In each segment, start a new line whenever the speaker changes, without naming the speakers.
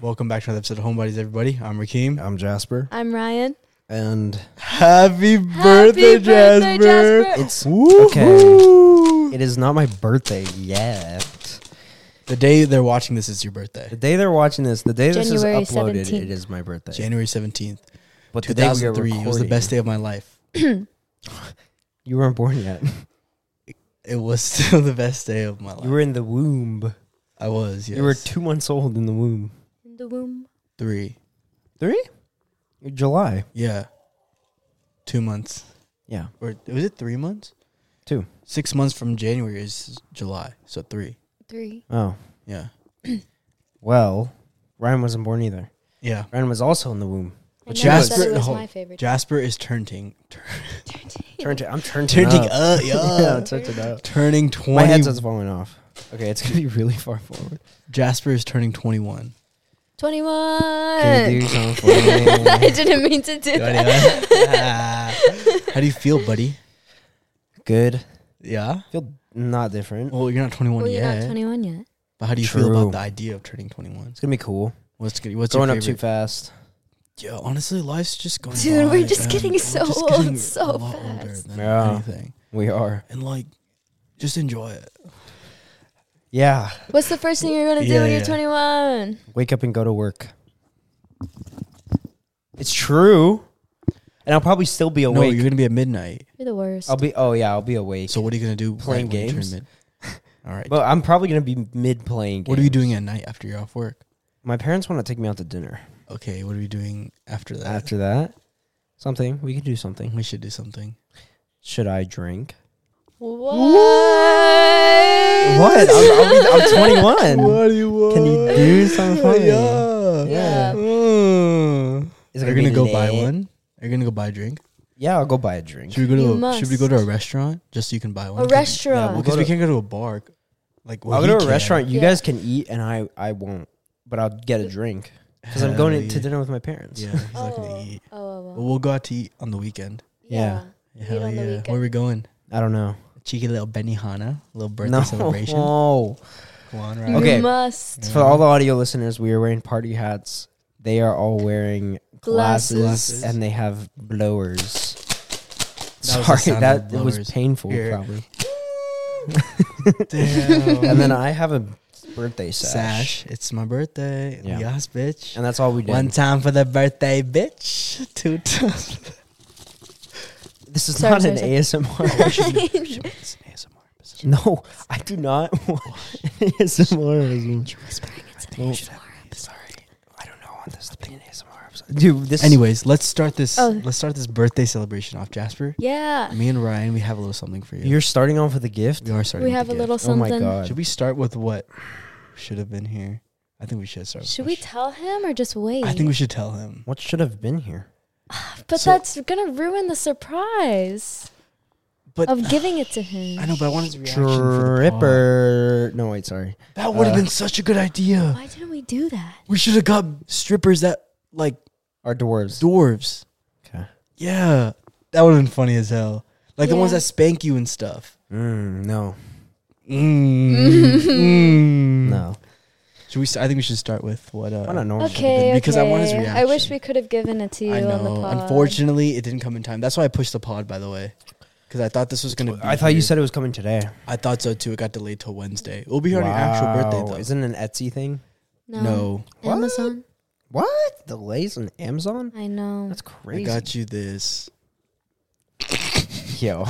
Welcome back to another episode of Homebodies, everybody. I'm Rakeem.
I'm Jasper,
I'm Ryan.
and
Happy
birthday, birthday, Jasper. Jasper.
it's
Woo-hoo.
It is not my birthday yet.
The day they're watching this is your
The
birthday,
day they're watching this, the day this is
January
uploaded,
17th.
it is my birthday.
January 17th,
but the day we are
2003. It was the
recording-
best day of my life.
You weren't born yet.
It was still the best day of my life.
You were in the womb.
I was, yes.
You were two months old in the womb.
In the womb.
three.
Three? You're July.
Yeah. Two months.
Yeah.
Or was it three months?
Two.
Six months from January is July. So three.
Three.
Oh.
Yeah.
Well, Ryan wasn't born either.
Yeah.
Ryan was also in the womb.
I
But
never
Jasper-
said it was
no,
my favorite.
Jasper is turning. Tur-
Turn to, I'm turning
turning
up.
up.
yeah,
yeah.
turn it up.
turning 20.
My headset's falling off. Okay, it's gonna be really far forward.
Jasper is turning 21.
21.
Can you do something for
I
me?
didn't mean to do that.
How do you feel, buddy?
Good.
Yeah.
Feel not different.
Well, you're not 21
Well, you're
yet.
not 21 yet.
But how do you feel
True.
about the idea of turning 21?
It's gonna be cool.
What's good? What's
Growing
your
up too
favorite?
fast.
Yo, honestly, life's just going.
Dude, we're
by,
just
man.
getting
We're
so
just
old
getting
so
a lot older
fast.
than
Yeah.
anything,
We are.
and like, just enjoy it.
Yeah.
What's the first thing you're going to do
Yeah,
when you're
yeah.
21?
Wake up and go to work. It's true. And I'll probably still be
No,
awake.
you're gonna be at midnight.
You're the worst.
I'll be. Oh yeah, I'll be awake.
So what are you gonna do?
Playing
when you turn
games?
mid- All right.
but I'm probably gonna be mid playing.
what are you doing at night after you're off work?
My parents want to take me out to dinner.
Okay. What are we doing after that?
After that, something we could do something.
we should do something.
Should I drink?
what?
What? I'm, I'll be, I'm 21.
do you want?
Can you do something? for me?
Yeah.
Yeah.
Mm.
Is it
Are you
gonna
gonna go
be
buy
lit?
one? Are you gonna go buy a drink?
Yeah, I'll go buy a drink.
Should we go
You
to a, Should we go to a
must.
restaurant just so you can buy one?
A
'Cause- yeah,
restaurant.
well, 'cause
Go
we
to-
can't go to a bar. Like well,
I'll
he
go to a
can.
restaurant. You
Yeah.
guys can eat, and I I won't. But I'll get a drink because I'm
Hell
going to
yeah.
dinner with my parents.
Yeah, he's not
Oh,
gonna eat.
Oh, oh,
But
oh.
we'll go out to eat on the weekend.
yeah.
Eat
Hell
on
yeah!
the
Where
weekend.
are we going?
I don't know.
Cheeky little Benihana, little birthday
no.
celebration.
Oh.
Come on,
You
right?
Okay.
must.
For all the audio listeners, we are wearing party hats. They are all wearing glasses,
Glasses.
and they have blowers.
That was the
Sorry,
sound
that
of
it was
blowers.
painful,
Here.
probably.
Damn.
and then I have a birthday sash,
sash. It's my birthday.
Yeah.
Yes, bitch.
and that's all we did.
One time for the birthday, bitch. Two times.
This is
Sorry,
not
sorry,
an
sorry.
ASMR. no, I do not want ASMR.
Oh, Sorry.
I don't know. I want this to be an ASMR episode. Dude, this
Anyways, let's start this.
Oh.
Let's start this birthday celebration off, Jasper.
Yeah.
Me and Ryan, we have a little something for you.
You're starting off with a gift.
we are starting.
We
with
have
the
a
gift.
little
Oh my
something.
god!
Should we start with what should have been here? I think we should start. With
Should
what
we tell him or just wait?
I think we should tell him.
What should have been here?
but
so-
that's gonna ruin the surprise
But
of giving it to him.
I know, but I wanted his reaction for the pod.
Stripper. No, wait, sorry.
That would have
Uh,
been such a good idea.
Why didn't we do that?
We should have got strippers that like
Our dwarves.
dwarves.
Okay.
Yeah, that would have been funny as hell. Like the ones
Yeah.
that spank you and stuff.
Mm, no,
Mm. Mm.
no.
Should we? s- I think we should start with what. Uh,
Why not normal?
Okay,
been- because I want his
okay. I wish
reaction.
we could have given it to you
I
on the
know.
pod.
Unfortunately, it didn't come in time. That's why I pushed the pod, by the way, because I thought this was gonna. Be
I thought you
here.
said it was coming today.
I thought so too. It got delayed till Wednesday. We'll be here on your actual birthday though.
Isn't it an Etsy thing?
no.
no,
What?
Amazon.
What? Delays on Amazon?
I know.
That's
I
crazy.
got you this.
Yo.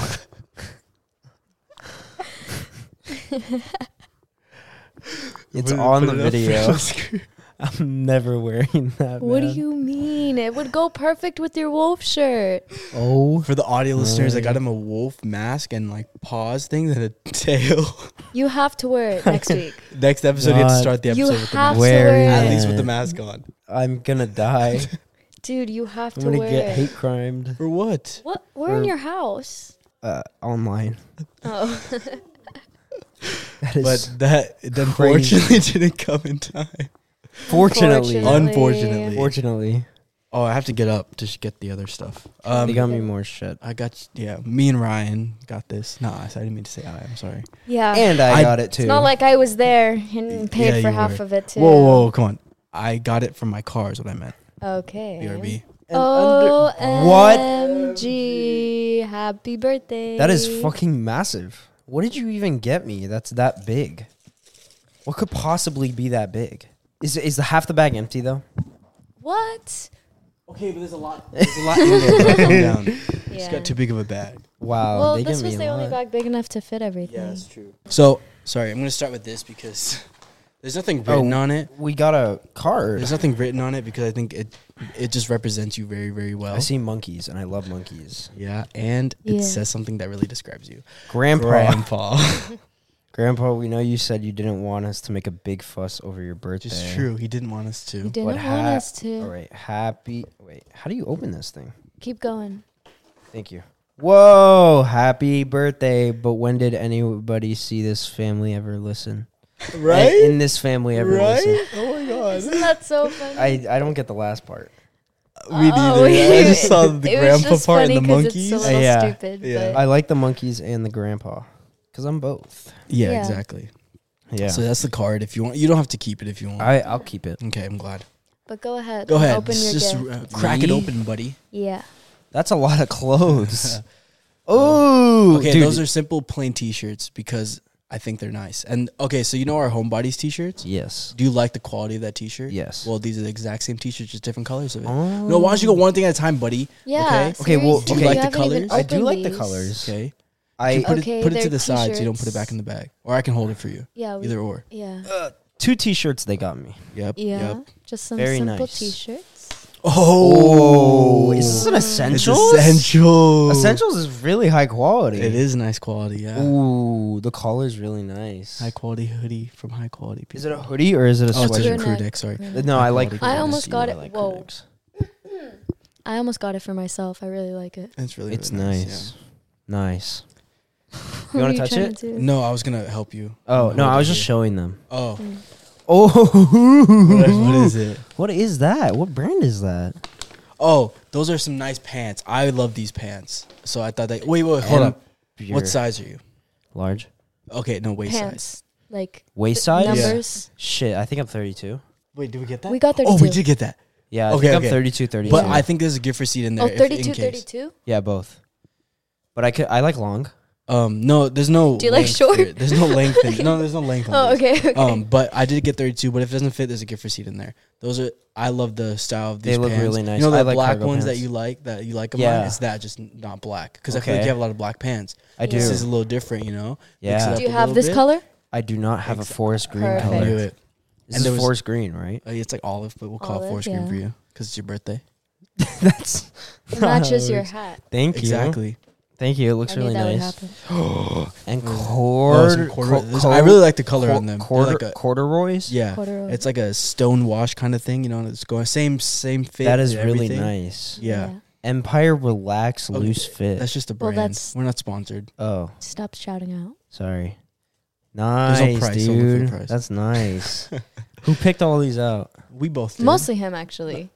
Put
it's
it-
on the
put it up for
video.
the screen.
I'm never wearing that.
What do
man.
you mean? It would go perfect with your wolf shirt.
Oh,
For the audio listeners, I got him a wolf mask and like paws things and a tail.
You have to wear it next week.
Next episode, you have to
God.
start the
you
episode with the
have
mask.
to
Wear
wear
At
it.
it.
least with the
Yeah.
mask on.
I'm gonna die.
Dude, you have
I'm
to
gonna
wear
get
it.
hate crimed
For what?
What? We're in
Or-
your house.
uh, online.
Oh.
That is
But that it unfortunately didn't come in time.
fortunately,
Unfortunately.
Unfortunately.
unfortunately,
Oh, I have to get up to sh- get the other stuff.
they
Um,
got me more shit.
I got yeah. Me and Ryan got this. Nah, I didn't mean to say I. I'm sorry.
Yeah.
And I,
I-
got it too.
It's not like I was there and paid
Yeah,
for
you
half
were.
of it too.
Whoa, whoa, come on. I got it from my car. Is what I meant.
Okay.
BRB.
And
O M
under- what?
G! Happy birthday.
That is fucking massive. What did you even get me? That's that big. What could possibly be that big? Is is the half the bag empty though?
What?
Okay, but there's a lot. There's a lot in there. bro. Calm down. Just
Yeah.
got too big of a bag.
Wow.
well,
they gave
this
me
was
a
the only
lot.
bag big enough to fit everything.
true. So sorry, I'm gonna start with this because there's nothing
Oh.
written on it.
We got a card.
There's nothing written on it because I think it it just represents you very very well.
I see monkeys and I love monkeys.
Yeah, and it
Yeah.
says something that really describes you.
Grandpa,
Grandpa.
Grandpa, we know you said you didn't want us to make a big fuss over your birthday.
Just true. He didn't want us
You
to.
But
didn't want
ha-
us to.
All right, happy. Wait, how do you open this thing?
Keep going.
Thank you. Whoa, happy birthday! But when did anybody see this family ever listen? A- In this family ever listen?
Oh my god.
Isn't that so funny?
I I don't get the last part.
We
Oh,
neither. I
it-
just saw the
it was
grandpa
just
part and the
funny 'cause
monkeys.
It's a little
Yeah.
stupid.
Yeah.
but-
I like the monkeys and the grandpa because I'm both.
Yeah,
Yeah.
exactly.
Yeah,
So that's the card. If you want, you don't have to keep it if you want.
I I'll keep it.
okay, I'm glad.
But go ahead.
Go ahead.
Open
Just-
your
just
gift.
uh, crack it
Me?
open, buddy.
Yeah.
That's a lot of clothes. oh,
Okay,
dude.
those are simple plain T-shirts because I think they're nice. And okay, so you know our homebodies T-shirts.
yes.
Do you like the quality of that T-shirt?
Yes.
Well, these are the exact same T-shirts, just different colors of it.
Oh.
No, why don't you go one thing at a time, buddy?
Yeah.
Okay.
Okay, well,
seriously,
do you like the
haven't even
colors?
I do
opened
like the
these.
colors.
Okay.
I
put
Okay,
it put it to
they're
the side so you don't put it back
t-shirts.
in the bag, or I can hold it for you.
Yeah. We,
Either or.
yeah.
Uh, two t-shirts they got me.
Yep.
Yeah.
Yep.
Just some
Very
simple
nice.
t-shirts.
Oh,
is this an
It's
essentials?
essential.
Essentials is really high quality.
It is nice quality. Yeah.
Ooh, the collar's really nice.
High quality hoodie from high quality. People.
Is it a hoodie or is it a
Oh, it's
sweater?
a crew deck. Sorry.
Crew
no, I like.
I
crew necks.
almost
You
got
know
it-
I like crew
whoa.
necks.
I almost got it for myself. I really like it.
It's really.
It's
really
nice. Nice.
What
wanna
are
touch
trying
it?
to
yeah.
do?
No, I was gonna help you.
Oh no, I was just
Hold
showing them.
it here.
Oh,
Oh, what is it?
What is that? What brand is that?
Oh, those are some nice pants. I love these pants. So I thought that. Wait, wait, hold
And
up.
pure-
What size are you?
Large.
Okay, no waist
Pants.
size.
Like
Waist size.
numbers.
Shit, I think I'm 32.
Wait, did we get that?
We got
Oh, we
32.
did get that.
Yeah, I
Okay,
think
okay.
I'm 32, 32.
But I think there's a gift receipt in there.
Oh,
if-
32,
in case.
32?
yeah, both. But I could. I like long.
Um, no, there's no.
Do you like
length
short?
for it. There's no length. In, no, there's no length. On
Oh,
this.
okay. okay.
Um, but I did get 32. But if it doesn't fit, there's a gift receipt in there. Those are. I love the style of
They
these.
look
pants.
really nice.
You know
I
the
like
black
cargo
ones that
pants.
you like that you like. Of
Yeah.
mine? It's that just not black because I feel like
Okay.
you have a lot of black pants.
I do.
This is a little different, you know. Mix it
Yeah.
up
do you
a
have
little
this
bit.
color?
I do not have a
Exa-
forest green
Perfect.
I
color.
knew
Color.
it.
This
And there
is
was-
forest green, right?
Uh, It's like olive, but we'll call it
Olive,
forest
yeah.
green for you because it's your birthday.
That's
It matches your hat.
Thank you.
exactly.
Thank you. It looks
I knew
really
that would
nice.
happen.
And
Oh, some
cord,
corduroy-
co-
this- I really like the color
cor-
on them. They're
Quarter,
like a-
corduroys.
yeah,
Corduroy.
it's like a stone wash kind of thing, you know. And it's going same same fit.
that is
and
really
everything.
nice.
Yeah.
Empire relax
Okay,
loose fit.
That's just a
Well,
brand.
that's-
We're not sponsored.
oh,
Stop shouting out.
sorry.
no
Nice,
price, only for
dude.
price.
That's nice. Who picked all these out?
We both did.
Mostly him, actually.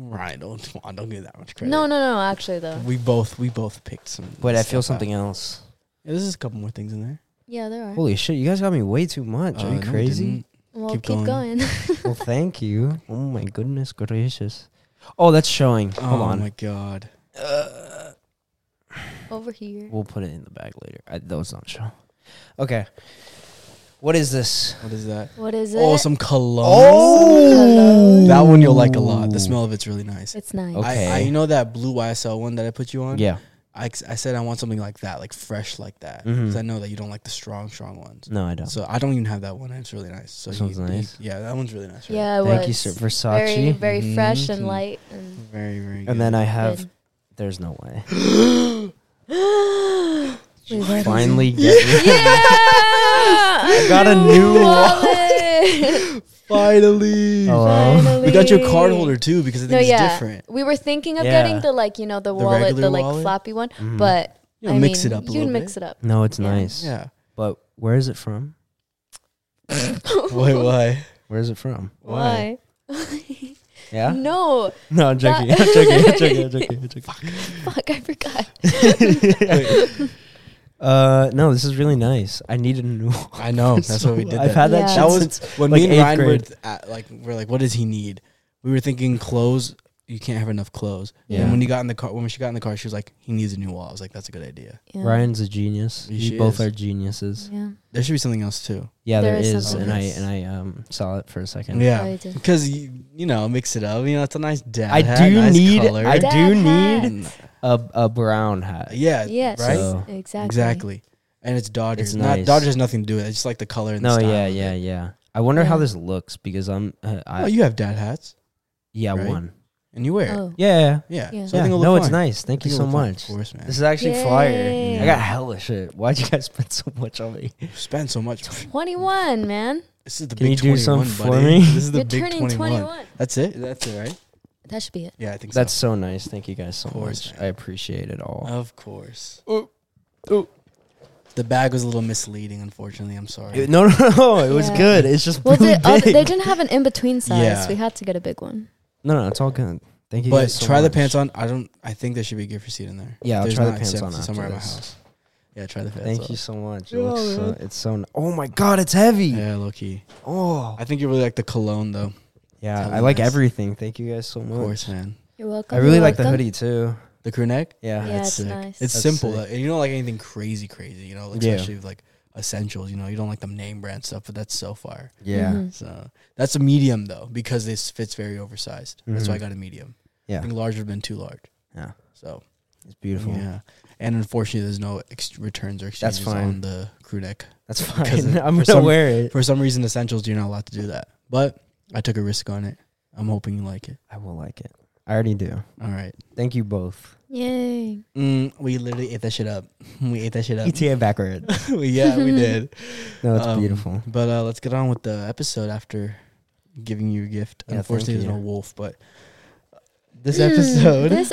Ryan, don't come on, don't give that much credit.
No, no, no. Actually, though.
We both we both picked some.
Wait, I feel
stuff out.
something else.
Yeah, there's just a couple more things in there.
Yeah, there are.
Holy shit! You guys got me way too much.
Uh,
Are you
no, we
crazy?
didn't.
well,
keep
keep,
going.
going.
well, thank you. Oh my goodness gracious. Oh, that's showing.
Oh
Hold on. Uh,
my god.
Over here.
We'll put it in the bag later. I, that was not show. Okay. What is this?
What is that?
What is it?
Oh, some cologne.
Oh!
That one you'll like a lot. The smell of it's really nice.
It's nice.
Okay.
I, I you know that blue YSL one that I put you on?
Yeah.
I, ex- I said I want something like that, like fresh like that. Because
Mhm.
I know that you don't like the strong, strong ones.
No, I don't.
So I don't even have that one. and It's really nice. So
This
you-
one's
you-
nice.
yeah, that one's really nice. right?
Yeah, it
Thank you,
was.
sir. Versace.
Very, very fresh
Mhm.
and light. And
Very, very good.
and then I have.
Good.
There's no way.
Wait, what is
Finally, get me.
I
got a new
wallet.
Finally.
Oh, Hello.
We got your card holder too because I think
No,
it's
yeah.
different.
We were thinking of
Yeah. Hmm.
getting the like you know the, wallet,
regular
the like
wallet?
floppy one, but
You know,
I
mix
mean,
it up a
you
little
mix
bit.
it up.
Mm-hmm. No, it's
Yeah.
nice.
Yeah.
But where is it from?
Wait, why?
Where is it from?
Why?
Why?
Yeah.
no,
No, I'm joking.
That-
I'm joking. I'm joking. I'm joking. I'm joking.
fuck, I forgot.
Wait,
Uh, no, this is really nice. I need a new. one.
I know. That's
So
what we did.
I've
then.
had that.
Yeah.
Shit
that was
since-
when
like,
me and
eighth
Ryan
grade.
were at, like we're like, what does he need? We were thinking clothes. You can't have enough clothes.
Yeah.
And when he got in the car, when she got in the car, she was like, he needs a new wall. I was like, that's a good idea.
Yeah.
Ryan's a genius.
He
You
she
both
is.
are geniuses.
Yeah.
There should be something else too.
Yeah,
There
there
is
is,
something
and I
else.
and I um saw it for a second.
Yeah.
I did.
Because you, you know, mix it up. You know, it's a nice dad.
I
hat,
do
nice
need-
Color.
I
Dad
do
hat.
need- A a brown hat.
Yeah.
Yes.
Right.
So-
Exactly.
Exactly. And it's Dodgers.
It's
Not
nice.
Dodgers has nothing to do with it. It's just like the color and the
No,
style.
yeah,
of
yeah,
it.
yeah. I wonder how
Yeah.
this looks because I'm. Uh, I,
Oh, you have dad hats
yeah,
right?
one.
and you wear. it.
Oh.
Yeah, yeah.
Yeah.
Yeah.
So I think it'll
yeah. no,
look
it's
fine.
nice.
I
Thank you
think
so
it'll look fine,
much.
Of course, man.
This is actually fire.
Yay.
I got hella shit. Why'd you guys spend so much on me?
Spend so much.
Twenty-one, man.
This is the
Can
big
you do
21,
something for
buddy.
me?
This is the
You're
big
turning
21.
21.
That's it. That's it, right?
That should be it.
Yeah, I think
That's so nice. Thank you guys so
Of course,
much.
man. Uh,
I appreciate it all.
so. Of course.
Ooh. Ooh.
The bag was a little misleading, unfortunately. I'm sorry.
It- no, no, no. It was
Yeah.
good. It's just
Well,
really
they, oh,
big.
they didn't have an in-between size.
Yeah.
We had to get a big one.
no, no. It's all good. Thank you.
but
guys so
try the
much.
pants on. I don't. I think there should be a gift receipt in there.
Yeah, I'll
There's
try the
not
pants
except
on after
somewhere at my
this.
house. Yeah, try the pants on.
Thank you so much. It
Yeah,
looks so,
man.
it's so. n- Oh my god, it's heavy.
Yeah, low key.
Oh.
I think you really like the cologne, though.
Yeah,
Hella
I like
nice.
everything. Thank you guys so
Of
much.
course, man.
You're welcome.
I really
You're
like the
welcome.
hoodie too.
The crew neck.
Yeah.
Yeah, it's nice.
It's
That's
simple.
sick.
though. And you don't like anything crazy, crazy. You know, like,
Yeah.
especially with like essentials. You know, you don't like them name brand stuff, but that's so fire.
Yeah.
Mhm.
So that's a medium though, because this fits very oversized. That's why I
Mhm.
got a medium.
Yeah.
I think large would have been too large.
Mm-hmm.
Yeah.
So
It's beautiful.
yeah, and unfortunately, there's no ex- returns or
That's
exchanges
fine.
on the crew neck.
That's
Because
fine.
it-
I'm
for
gonna
some-
wear it.
For some reason, essentials you're not allowed to do that. But I took a risk on it. I'm hoping you like it.
I will like it. I already do.
All right.
Thank you both.
Yay.
Mm, we literally ate that shit up. We ate that shit up.
ETA backward.
yeah, we did.
No, it's
Um,
beautiful.
But uh, let's get on with the episode after giving you a gift.
Yeah,
Unfortunately,
thank
there's no
you.
wolf, but this
Mm,
episode.
This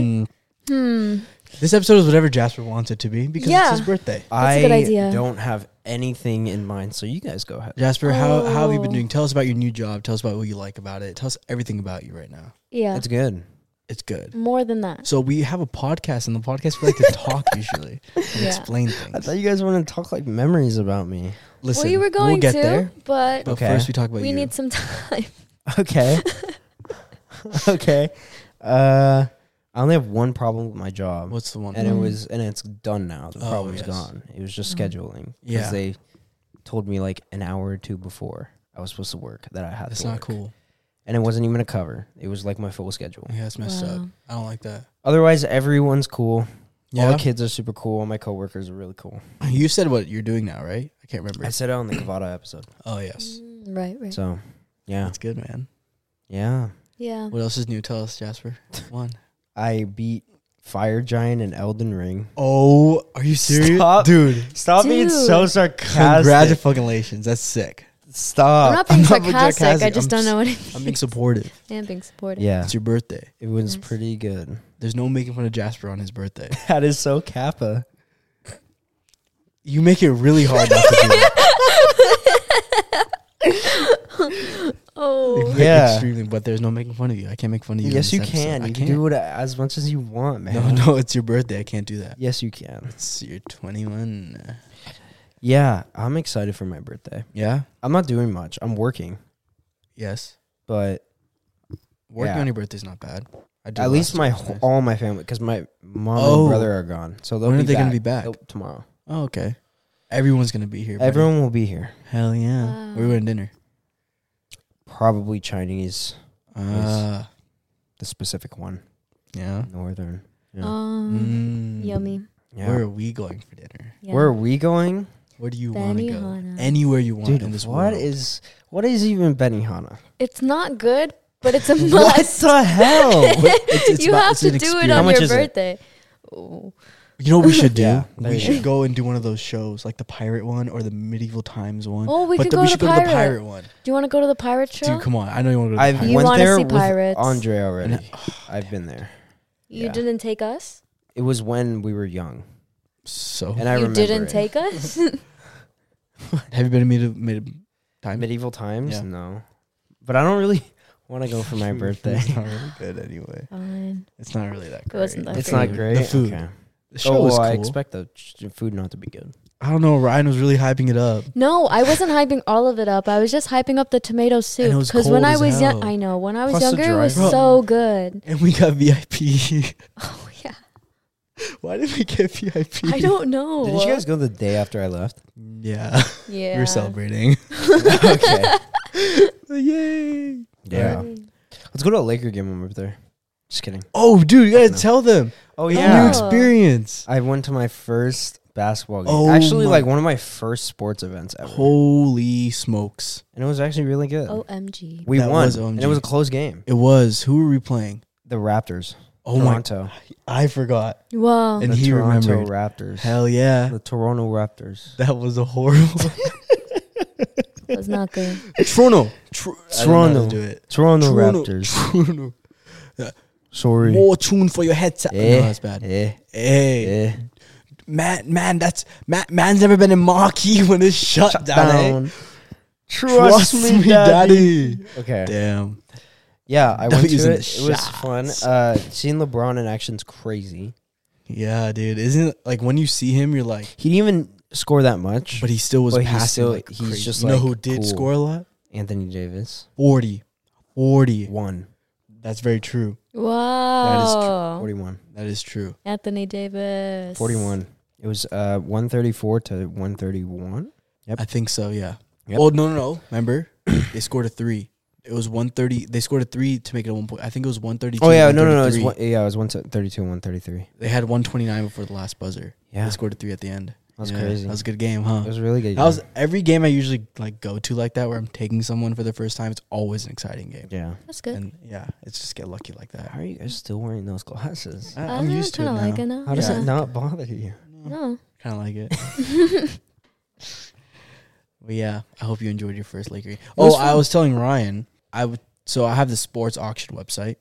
Mm,
Hmm.
this episode is whatever Jasper wants it to be because
Yeah.
it's his birthday.
I
a good idea.
don't have anything in mind, so you guys go ahead.
Jasper, how, how have you been
Oh.
doing? Tell us about your new job. Tell us about what you like about it. Tell us everything about you right now.
Yeah.
It's good.
It's good.
More than that.
So we have a podcast, and the podcast we like to talk usually and
Yeah.
explain
I
things.
thought you guys wanted to talk like memories about me.
Listen,
well, you were going
we'll get
to,
there,
but
but
Okay.
first we talk about
we
you.
need some time.
Okay. okay. Uh, I only have one problem with my job,
What's the one?
and it
Mhm.
was and it's done now. The
Oh,
problem's
yes.
gone. It was just
Mhm.
scheduling because
Yeah.
they told me like an hour or two before I was supposed to work that I had.
That's
to
not
work.
cool.
and it wasn't even a cover. It was like my full schedule.
Yeah, that's messed up.
Wow.
I don't like that.
Otherwise, everyone's cool.
Yeah,
All the kids are super cool. All my coworkers are really cool.
you said what you're doing now, right? I can't remember.
I said it on the Cavada episode.
oh yes,
Mm, Right, right.
So, yeah,
that's good, man.
yeah.
yeah.
What else is new? Tell us, Jasper. One.
I beat Fire Giant and Elden Ring.
Oh, are you serious,
Stop.
dude?
Stop being so
Dude.
sarcastic.
Congratulations, that's sick.
Stop.
I'm not being
uh, I'm not being
sarcastic. I
sarcastic.
just
I'm
don't
s-
know what it means.
I'm being supportive.
I am being supportive.
Yeah,
It's your birthday.
it was
Nice.
pretty good.
There's no making fun of Jasper on his birthday.
That is so Kappa.
You make it really hard not to do that. You
Oh.
make it
Yeah.
extremely. But there's no making fun of you. I can't make fun of you. in
yes,
this
you
episode.
can.
I
You
can't.
can do it as much as you want, man.
no, no, it's your birthday. I can't do that.
Yes, you can.
It's you're 21.
Yeah, I'm excited for my birthday.
Yeah.
I'm not doing much. I'm working,
Yes.
but
Working
Yeah.
on your birthday's not bad. I did
at
last
least
year,
my
it was
wh-
nice.
all my family because my mom
Oh.
and brother are gone. So they'll
When
be
are they
back.
gonna be back?
They'll- tomorrow.
Oh, okay. Everyone's gonna be here. buddy.
Everyone will be here.
Hell yeah.
Wow.
We're going to dinner.
Probably Chinese,
Ah.
the specific one,
yeah.
northern. Yeah.
Um,
Mm.
Yummy.
Yeah.
Where are we going for dinner?
Yeah.
Where are we going,
Where do you want to go?
Benihana.
Anywhere you want
dude?
in this
What
world.
is what is even Benihana?
It's not good, but it's a
What
must.
the hell?
it's- it's
you
about-
have
it's
to
an
do it
experience.
How
on
much
your
is it?
birthday. Oh.
You know what we should do?
Yeah, there
we
you
should go and do one of those shows, like the pirate one or the medieval times one.
Oh, we
but
could
the-
go
we
to
should
the
go to the
pirate.
pirate one.
Do you want to go to the pirate show?
Dude, come on. I know you want to go to the
I've
pirate
You
went
one.
wanna
there
see
with
pirates.
Andre already. I've been there.
you
yeah.
didn't take us.
It was when we were young,
So,
and I
you
remember
didn't
it.
take us.
have you been to medieval, medieval time?
medieval times.
Yeah.
No, but I don't really want to go for my birthday.
it's not really good anyway.
Fine.
It's not really that
It
great.
wasn't that
it's
great.
not great.
The food.
Okay. Oh,
The show was cool.
I
I,
expect the ch- food not to be good.
don't know. Ryan was really hyping it up.
No, I wasn't hyping all of it up. I was just hyping up the tomato soup
was
because when
cold
I
as hell.
was young, I know when I was
Plus the
younger, it was
driving.
so good.
And we got VIP.
Oh yeah,
Why did we get VIP?
I don't know.
Did you guys go the day after I left?
Yeah,
Yeah.
we were celebrating.
okay.
Yay!
Yeah.
Right.
Let's go to a Laker game when we're there. Just kidding.
Oh, dude, you gotta tell them
Oh
new
yeah. Oh.
experience.
I went to my first basketball game.
Oh
actually,
my-
like one of my first sports events ever,
Holy smokes!
and it was actually really good.
Oh. Omg.
We
That
won,
was
and
OMG.
it was a close game.
It was. Who were we playing?
The Raptors,
Oh
Toronto,
my! I forgot.
Wow.
And
the
he
Toronto
remembered.
Raptors,
Hell yeah!
the Toronto Raptors.
That was a horrible.
That's not good.
Toronto. Tr- I don't know how to
Toronto.
Do it.
Toronto,
Toronto.
Raptors.
Toronto.
Sorry.
More tune for your head. tap.
Eh,
No, that's bad.
eh,
Hey,
eh.
man, man, that's man, man's never been in marquee when it's shut,
Shut
down. eh?
down. Trust, me, daddy. Okay.
Damn.
Yeah, I went to
W's and
it. It was fun.
shots.
Uh, seeing LeBron in action's crazy.
Yeah, dude. Isn't it, like when you see him, you're like,
He didn't even score that much.
but he still was
But he's
passing
still-
like
he's
crazy.
just,
you know
like,
who did
cool.
score a lot?
Anthony Davis
40. 40.
one.
That's very true.
Wow.
41.
That is true.
Anthony Davis.
41. It was uh 134 to 131. Yep.
I think so, yeah.
Yep.
Well, no, no, no. Remember? they scored a three. It was 130. They scored a three to make it a one point. I think it was 132.
Oh yeah, no no no, it was
133.
one, yeah, it was 132 133.
They had 129 before the last buzzer.
Yeah.
They scored a three at the end.
That's
Yeah,
crazy.
That was a good game, huh?
It was a really good.
That was
game.
every game I usually like go to like that where I'm taking someone for the first time. It's always an exciting game,
Yeah.
That's good.
and yeah, it's just get lucky like that.
How are you guys still wearing those glasses?
I, I'm used to it
kinda
now.
like it now.
How does
Yeah.
it not bother you?
No.
Kind of like it. but yeah, I hope you enjoyed your first Laker game.
was
Oh, I
fun.
was telling Ryan, I would. So I have the sports auction website,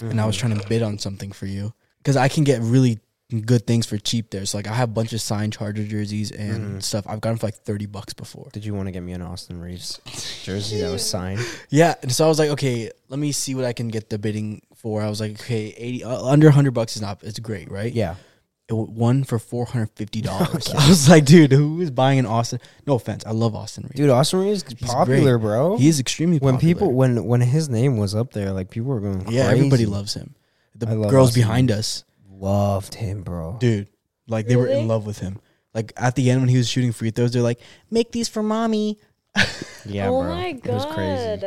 and I was trying
Mm-hmm.
to bid on something for you because I can get really good things for cheap there. So like I have a bunch of signed Charger jerseys and
Mm-hmm.
stuff. I've gotten for like thirty bucks before.
Did you want to get me an Austin Reeves jersey that was signed?
Yeah, and so I was like, okay, let me see what I can get the bidding for. I was like, okay, eighty uh, under hundred bucks is not, it's great, right?
Yeah.
it w- won for four hundred fifty dollars. I was like, dude, who is buying an Austin? No offense, I love Austin Reed.
Dude, Austin Reeves is
He's
popular,
great.
bro.
He is extremely
when
popular.
people when when his name was up there, like people were going crazy.
yeah, everybody loves him. The
I love
girls
Austin
behind us,
loved him, bro.
dude, like they were in
Really?
love with him. Like at the end when he was shooting free throws, they're like, make these for mommy.
Yeah,
oh
bro.
my
It was crazy.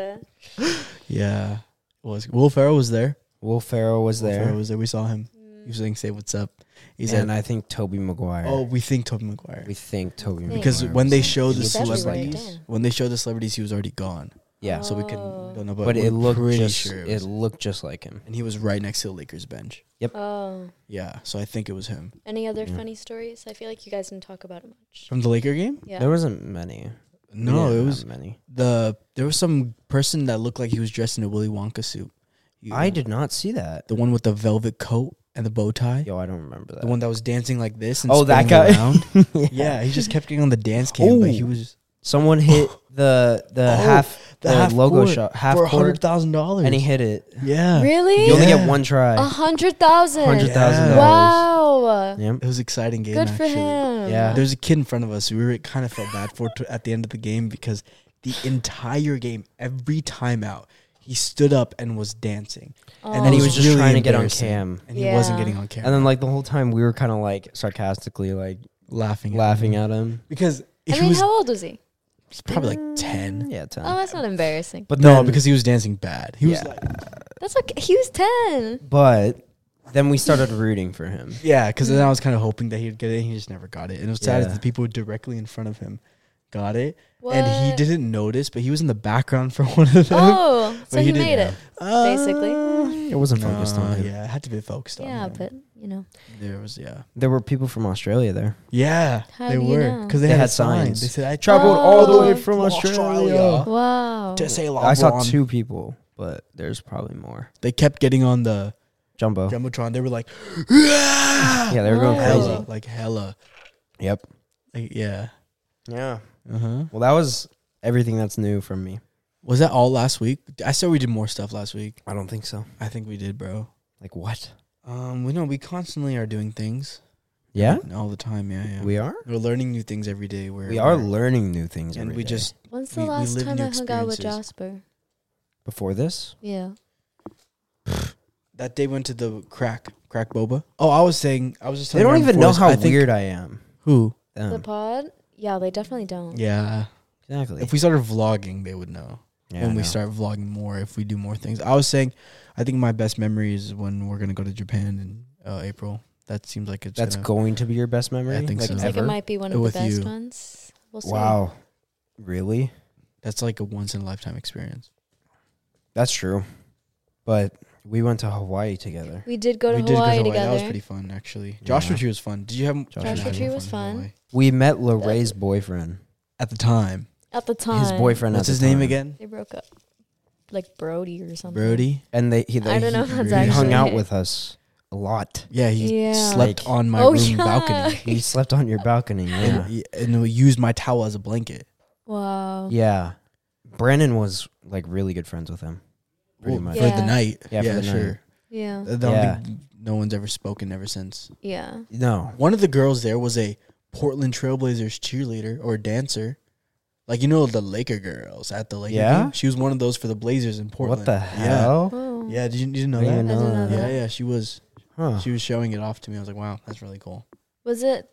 god.
Yeah, it was Will Ferrell was there.
Will Ferrell was
Will
there,
Ferrell was there. We saw him.
Mm.
He was saying, "Say what's up." He said,
and I think Toby Maguire.
"Oh, we think Tobey Maguire."
we think Toby Maguire
because when
was
they
there.
show the
He's
looks just like
celebrities,
that.
when they show the celebrities, he was already gone.
yeah,
So we can
Oh.
don't know, but,
but it
we're
looked
pretty
just
sure it
it
was-
looked just like him.
and he was right next to the Lakers bench.
Oh.
Yeah, so I think it was him
Any other
Yeah.
funny stories? I feel like you guys didn't talk about it much.
from the Laker game.
Yeah.
There wasn't many.
No,
Yeah,
it
not
was
many.
the there was some person that looked like he was dressed in a Willy Wonka suit. You-
I did not see that.
the one with the velvet coat and the bow tie.
Yo, I don't remember that.
The one that was dancing like this. And
Oh, that
spinning
guy.
around.
Yeah.
yeah, he just kept getting on the dance cam, but he
Ooh.
was
Someone hit the the
Oh,
half the,
half
logo
court
shot half
for a
court,
hundred thousand dollars.
and he hit it.
yeah,
Really?
You only
Yeah.
get one try.
A hundred thousand.
Hundred thousand
Yeah.
dollars.
Wow.
Yep.
it was an exciting game.
Good for
actually.
him.
Yeah.
There's a kid in front of us. We were kind of felt bad for to, at the end of the game because the entire game, every timeout, he stood up and was dancing,
Oh.
and
And he was
it's
just
really
trying to get on
embarrassing.
cam.
and he wasn't
Yeah.
getting on camera.
And then like the whole time we were kind of like sarcastically like
laughing, at
laughing
him.
at him.
because
I
he
mean,
was Uh,
how old was he?
probably like ten.
Yeah, ten.
Oh, that's not embarrassing.
but
no,
Mm. then-
because he was dancing bad. He was
Yeah.
like,
That's okay. He was ten.
but then we started rooting for him.
yeah, because then I was kind of hoping that he'd get it. and He just never got it, and it was sad
Yeah.
that the people directly in front of him got it,
What?
and he didn't notice, but he was in the background for one of them.
Oh, so
But
he,
didn't
made it.
know.
basically.
Uh,
It wasn't focused
no,
on him.
Yeah, it had to be focused on.
Yeah,
him.
but you know,
there was yeah.
There were people from Australia there.
Yeah,
How
they
do you
were
know?
because they,
They
had,
had
signs.
signs.
They said, "I
Traveled
traveled
all the
Oh.
way from Australia.
Australia.
wow.
to say
I saw
LeBron."
two people, but there's probably more.
They kept getting on the
Jumbo.
jumbotron. They were like, "Yeah,
Oh. Yeah, they were going
Oh.
hella,
crazy.
like hella,
Yep.
like yeah."
Yeah.
Uh huh.
Well, that was everything that's new from me.
Was that all last week? I said we did more stuff last week.
I don't think so.
I think we did, bro.
Like what?
Um, we know we constantly are doing things.
Yeah,
all the time. Yeah, yeah.
we are.
We're learning new things every day. We're,
We are
we're-
learning new things,
and
every
we
day.
just
When's the
We- we
last
live
time
new
I hung out with
experiences.
Jasper?
before this.
Yeah.
that day went to the crack crack boba. Oh, I was saying I was just.
They
telling
don't
Aaron
even
before
know
this,
how
I think-
weird I am.
who.
The
Them.
pod? Yeah, they definitely don't.
Uh. Yeah,
Exactly.
if we started vlogging, they would know.
Yeah, I
when we
know.
start vlogging more, if we do more things, I was saying, I think my best memory is when we're gonna go to Japan in uh, April. That seems like it's
That's
gonna,
going to be your best memory.
I think
like
so.
Seems like
Ever?
it might be one of the
With
best
you.
ones. We'll see.
wow, really?
that's like a once in a lifetime experience.
That's true. But we went to Hawaii together.
We did go to
we did
Hawaii
go to Hawaii.
together.
That was pretty fun, actually. Joshua
Yeah.
Tree was fun. Did you have
Joshua Joshua Tree
had
was
in
fun.
Hawaii?
We met Laray's boyfriend.
at the time?
At the time.
His boyfriend. at
What's
the
his name
time.
again?
They broke up. Like Brody or something.
Brody.
And they he,
I don't know if
he,
that's
he
actually.
hung out
it.
with us a lot.
Yeah, he
Yeah.
slept
Like-
on my
Oh,
room
yeah.
balcony
He slept on your balcony. Yeah.
and, and we used my towel as a blanket.
Wow.
yeah. Brandon was like really good friends with him. Pretty
Well,
much.
for the
Yeah. Uh-huh.
night.
Yeah, for the night.
sure.
Yeah.
I don't
Yeah.
think no one's ever spoken ever since.
Yeah.
No.
One of the girls there was a Portland Trailblazers cheerleader or dancer. Like you know the Laker girls at the Laker
Yeah?
game? She was one of those for the Blazers in Portland.
What the hell?
Oh.
Yeah, yeah did you, did you know
I
that?
didn't
I
know
didn't know
Yeah,
that.
yeah, she was
Huh.
she was showing it off to me. I was like, "Wow, that's really cool."
Was it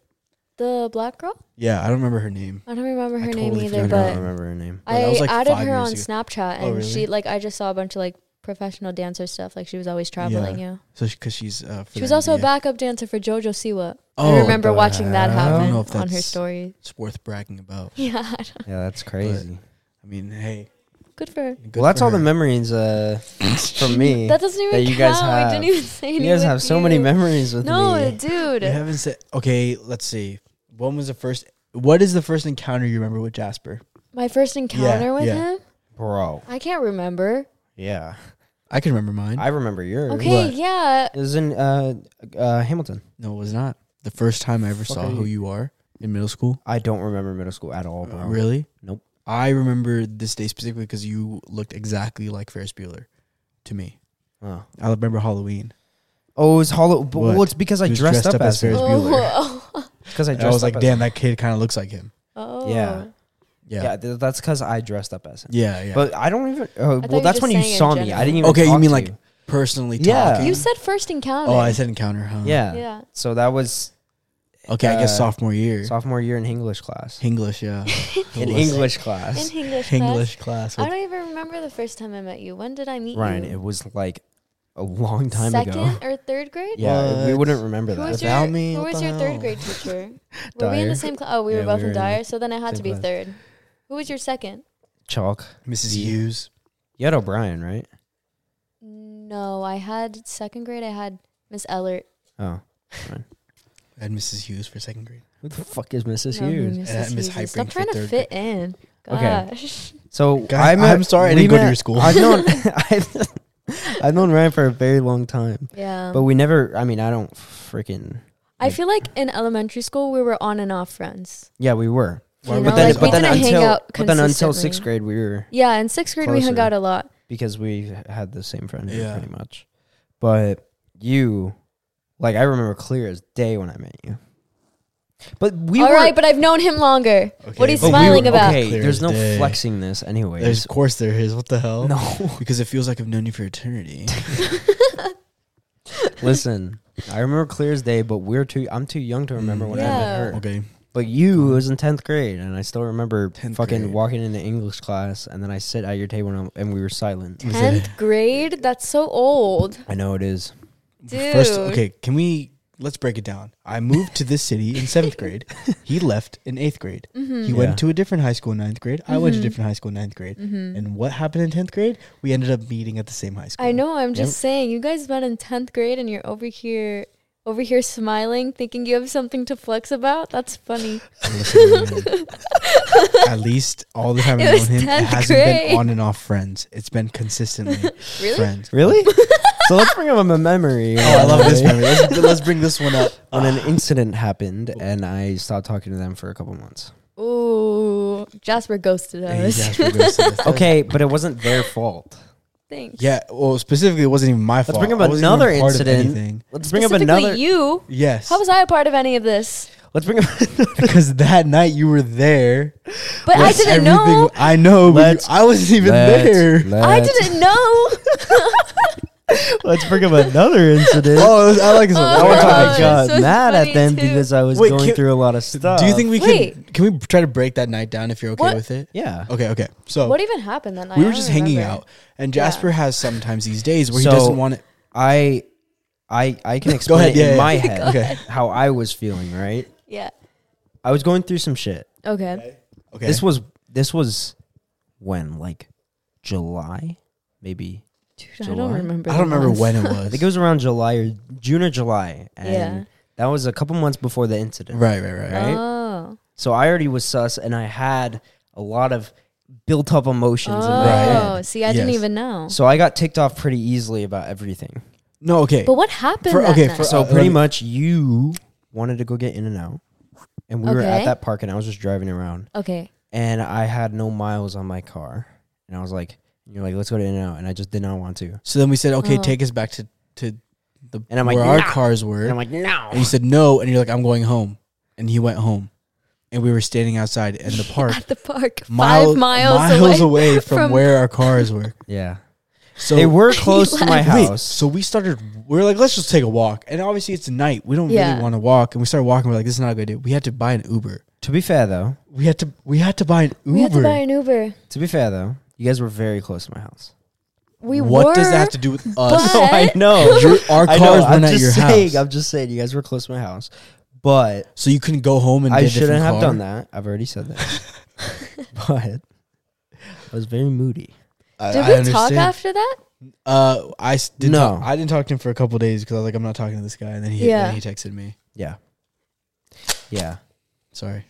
the black girl?
Yeah, I don't remember her name.
I don't remember her name
totally forgot
either,
I
about
but
don't remember her name.
But that was,
I
like,
added
five
her on
years
Snapchat, and
Oh, really?
she like I just saw a bunch of like professional dancer stuff. Like she was always traveling. Yeah,
So because she's uh, for
she
the
was also a
NBA.
backup dancer for JoJo Siwa.
Oh,
I remember
the
watching that
hell? I don't
happen
know if
on her
that's-
story.
It's worth bragging about.
Yeah, I don't-
Yeah, that's crazy.
I mean, hey.
good for her.
good
well, that's
for
all the
her.
memories uh, from me.
That doesn't even
That you guys
count.
have.
We didn't even say
you
anything.
guys have so many memories with
No,
me.
dude.
We haven't said. Okay, let's see. When was the first? What is the first encounter you remember with Jasper?
My first encounter with
yeah.
him,
Bro.
I can't remember.
Yeah.
I can remember mine.
I remember yours.
Okay,
What?
yeah.
It was in uh, uh, Hamilton.
no, it was not the first time I ever
Fuck
saw
are
who you are in middle school.
I don't remember middle school at all, bro.
Oh, Really?
Oh, Nope.
I remember this day specifically because you looked exactly like Ferris Bueller to me.
Oh.
I remember Halloween.
Oh, it was Hollow. But,
What?
well, it's because I
He was
dressed, up, as him.
Ferris
Oh,
Because I
And
dressed
I was
up
like,
as
damn, that kid kind of looks like him.
oh,
Yeah. him.
Yeah.
Yeah, th- that's because I dressed up as him.
Yeah. Yeah.
But I don't even. Uh,
thought you
well,
were
that's
just
when you
saying in
saw me.
general.
I didn't even.
okay, you
talk
mean
to
like personally
Yeah.
talking?
You said first encounter.
oh, I said encounter, huh?
Yeah.
Yeah.
So that was
Okay, I guess
Uh,
sophomore year.
sophomore year in English class.
English, yeah.
In
English.
English
In
class.
English. class.
English class.
I
with-
don't even remember the first time I met you. When did I meet
Ryan,
you?
it was like a long time
Second
ago.
or third grade?
Yeah, we
What?
wouldn't remember
Who was
that.
Without
your,
me?
Who
What
was
the
your
hell?
third grade teacher? were we in
Dyer.
the same class? Oh, we
Yeah,
were both
we were
in
in
Dyer, so then I had to
same
be
class.
third. Who was your second?
Chalk.
Mrs.
Yeah.
Hughes.
You had O'Brien, right?
No, I had second grade. I had Miss Ellert.
Oh.
I had Mrs. Hughes for second grade.
Who the fuck is Mrs.
No,
Hughes? Uh,
Mrs.
I had Miss
Hughes.
Hypering
Stop
for
trying to
third
fit in.
Okay.
Gosh.
So
Guys,
I met,
I'm sorry I
we
didn't go to
met-
your school.
I've known I've, I've known Ryan for a very long time,
Yeah.
but we never. I mean, I don't freaking.
I feel like in elementary school we were on and off friends.
Yeah, we were,
Why
You
would
know,
that
but then
Oh, like,
but
we
stop?
then
didn't hang
until
out
but then until
consistently.
sixth grade we were
Yeah, in sixth grade we hung
Closer.
out a lot.
because we had the same friend group
Yeah.
pretty much. But you, like, I remember clear as day when I met you. But we
All
were
right, but I've known him longer. What are you
but we
were-
smiling about?
Okay,
Clear
there's
as
no
day.
flexing this, anyways.
There's, of course there is. What the hell?
no.
Because it feels like I've known you for eternity.
Listen, I remember clear as day, but we're too. I'm too young to remember
Mm.
when I
Yeah.
met her.
okay.
But you it was in tenth grade, and I still remember
10th
fucking
grade.
walking into English class, and then I sit at your table and, i and we were silent.
Was it-
Tenth grade? That's so old.
I know it is.
First,
Dude.
okay, can we let's break it down. I moved to this city in seventh grade. He left in eighth grade.
Mm-hmm.
He
Yeah.
went to a different high school in ninth grade. I went to a different high school in ninth grade. And what happened in tenth grade? We ended up meeting at the same high school.
Mm-hmm. I know. I'm just saying, you guys met in tenth grade, and you're over here, over here smiling, thinking you have something to flex about. That's funny.
Listen, man. At least all the time
It
I've known
was
him, it
10th
hasn't
grade.
been on and off friends. It's been consistently
Really?
friends.
Really? so let's bring up a memory.
Oh, I love this memory. Let's, let's bring this one up.
When an incident happened, and I stopped talking to them for a couple months.
Ooh, Jasper ghosted
Hey,
us.
Jasper goes to the third.
Okay, but it wasn't their fault.
things.
Yeah. Well, specifically, it wasn't even my fault.
bring up
I wasn't even
another
part of
incident.
anything.
Let's bring up
Specifically
another.
You.
Yes.
How was I a part of any of this?
Let's bring up.
because that night you were there.
But
Yes,
I didn't
everything-
know.
I know, but you-
Let's-
I wasn't even there.
I didn't know.
Let's bring up another incident.
Oh, it was- I like this one.
Oh,
That one
One time
topic.
I
this
got
was
mad
funny
at them
too.
because I was
Wait,
going
can-
through a lot of stuff.
Do you think we can?
Wait.
Can we try to break that night down if you're okay
What?
with it?
Yeah.
Okay. Okay. So
what even happened that night?
we
I
were
don't
just hanging
remember.
out, and Jasper has sometimes these days where
So-
he doesn't want it.
I, I, I can explain
ahead,
it
yeah,
in
yeah. Go
my head
ahead.
how I was feeling. Right.
Yeah.
I was going through some shit.
Okay.
Okay.
This was this was when like July, maybe.
Dude, I don't
July?
remember.
I don't
the
remember
months.
when it
I
was.
think it was around July or June or July, and
Yeah.
that was a couple months before the incident.
Right. Right. Right.
Right?
Oh.
So I already was sus, and I had a lot of built up emotions. In my
Oh.
head.
See, I didn't
Yes.
even know.
So I got ticked off pretty easily about everything.
No. Okay.
But what happened
For-
that
okay,
night?
for-
So
Uh, let
pretty
me-
much, you wanted to go get in and out, and we were
Okay.
at that park, and I was just driving around,
okay.
and I had no miles on my car, and I was like, "You're like, let's go to in and out," and I just did not want to.
So then we said, okay,
Oh.
take us back to to the
And I'm like,
where our
nah.
cars were.
And I'm like, "No."
And you said no, and you're like, I'm going home. And he went home. And we were standing outside in the park,
At the park,
mile-
five miles, away.
from,
from-
where our cars were.
Yeah,
So
they were close to my
Wait,
house.
so we started. We are like, let's just take a walk. And obviously, it's night. We don't
Yeah.
really want to walk. And we started walking. We're like, this is not a good idea. We had to buy an Uber.
to be fair, though,
We had to. We had to buy an Uber.
We had to buy an Uber.
to be fair though, you guys were very close to my house.
We
what
were.
does that have to do with us?
but-
I
What?
know.
Your- our
I
cars
know.
weren't
I'm
at
just
your
saying.
house,
I'm just saying. You guys were close to my house, but
so you couldn't go home and.
I
get a
shouldn't
different
have
car?
done that. I've already said that. but I was very moody.
I,
Did
I
we talk
understand.
after that?
Uh, I s- didn't.
No.
talk- I didn't talk to him for a couple days because I was like, I'm not talking to this guy. And then he,
Yeah.
then he texted me.
Yeah, yeah.
Sorry.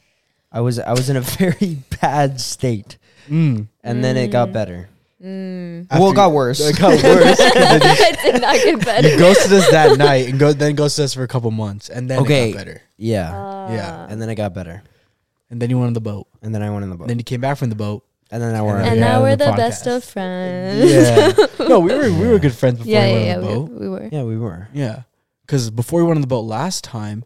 I was I was in a very bad state,
Mm.
and then it got better.
Mm.
well,
After-
it got worse.
It got worse. 'cause then
it did not get
you,
better.
you ghosted us that night, and go then ghosted us for a couple months, and then
Okay.
it got better.
Uh,
yeah,
yeah.
and then it got better,
And then you went on the boat.
and then I went in the boat,
And then you came back from the boat.
and then I
then-
went.
And
And
Yeah,
now we're
the
the, best
podcast.
of friends.
Yeah. no, we were we were good friends before
yeah,
we went
yeah, yeah.
on the
We,
boat.
we were.
yeah, we were.
Yeah. Because before we went on the boat last time,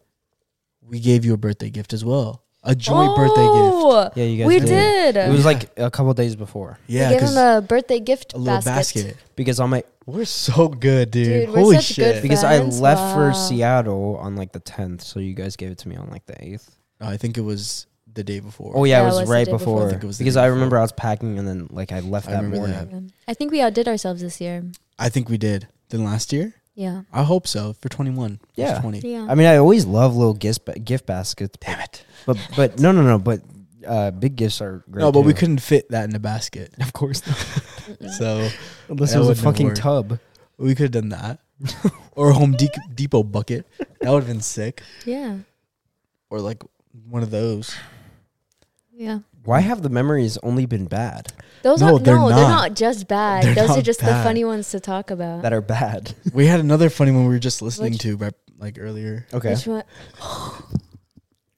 we gave you a birthday gift as well, a joint birthday gift.
Oh,
Yeah, you guys.
we
did.
did.
It was
Yeah.
like a couple days before
Yeah,
we gave him
'cause
a birthday gift
a little
basket.
basket.
because on my
We're so good, dude.
Dude, we're
Holy
such good
shit!
friends.
because I left for
Wow.
Seattle on like the tenth, so you guys gave it to me on like the eighth.
No, I think it was the day before.
Oh yeah,
Yeah,
it
it
was,
was the
right
day before.
before,
I think it was the
because
day
I
before.
remember I was packing and then like I left
I
that
remember
morning.
that.
I think we outdid ourselves this year.
I think we did. Then last year,
Yeah.
I hope so for twenty one.
Yeah.
twenty.
Yeah.
I mean, I always love little gift ba- gift baskets. Damn it! But but no no no. But uh, big gifts are great.
No, but we
too.
couldn't fit that in a basket.
of course, not.
So
unless
That
it was a
wouldn't have
fucking
worked.
tub.
we could have done that. or a Home De- Depot bucket. That would have been sick.
yeah.
Or like one of those.
Yeah.
Why have the memories only been bad
Those
No,
are
they're
no, they're
not.
not just bad.
They're
Those are
not
just
bad.
the funny ones to talk about.
that are bad?
We had another funny one we were just listening
Which-
to right, like earlier.
Okay,
Which one?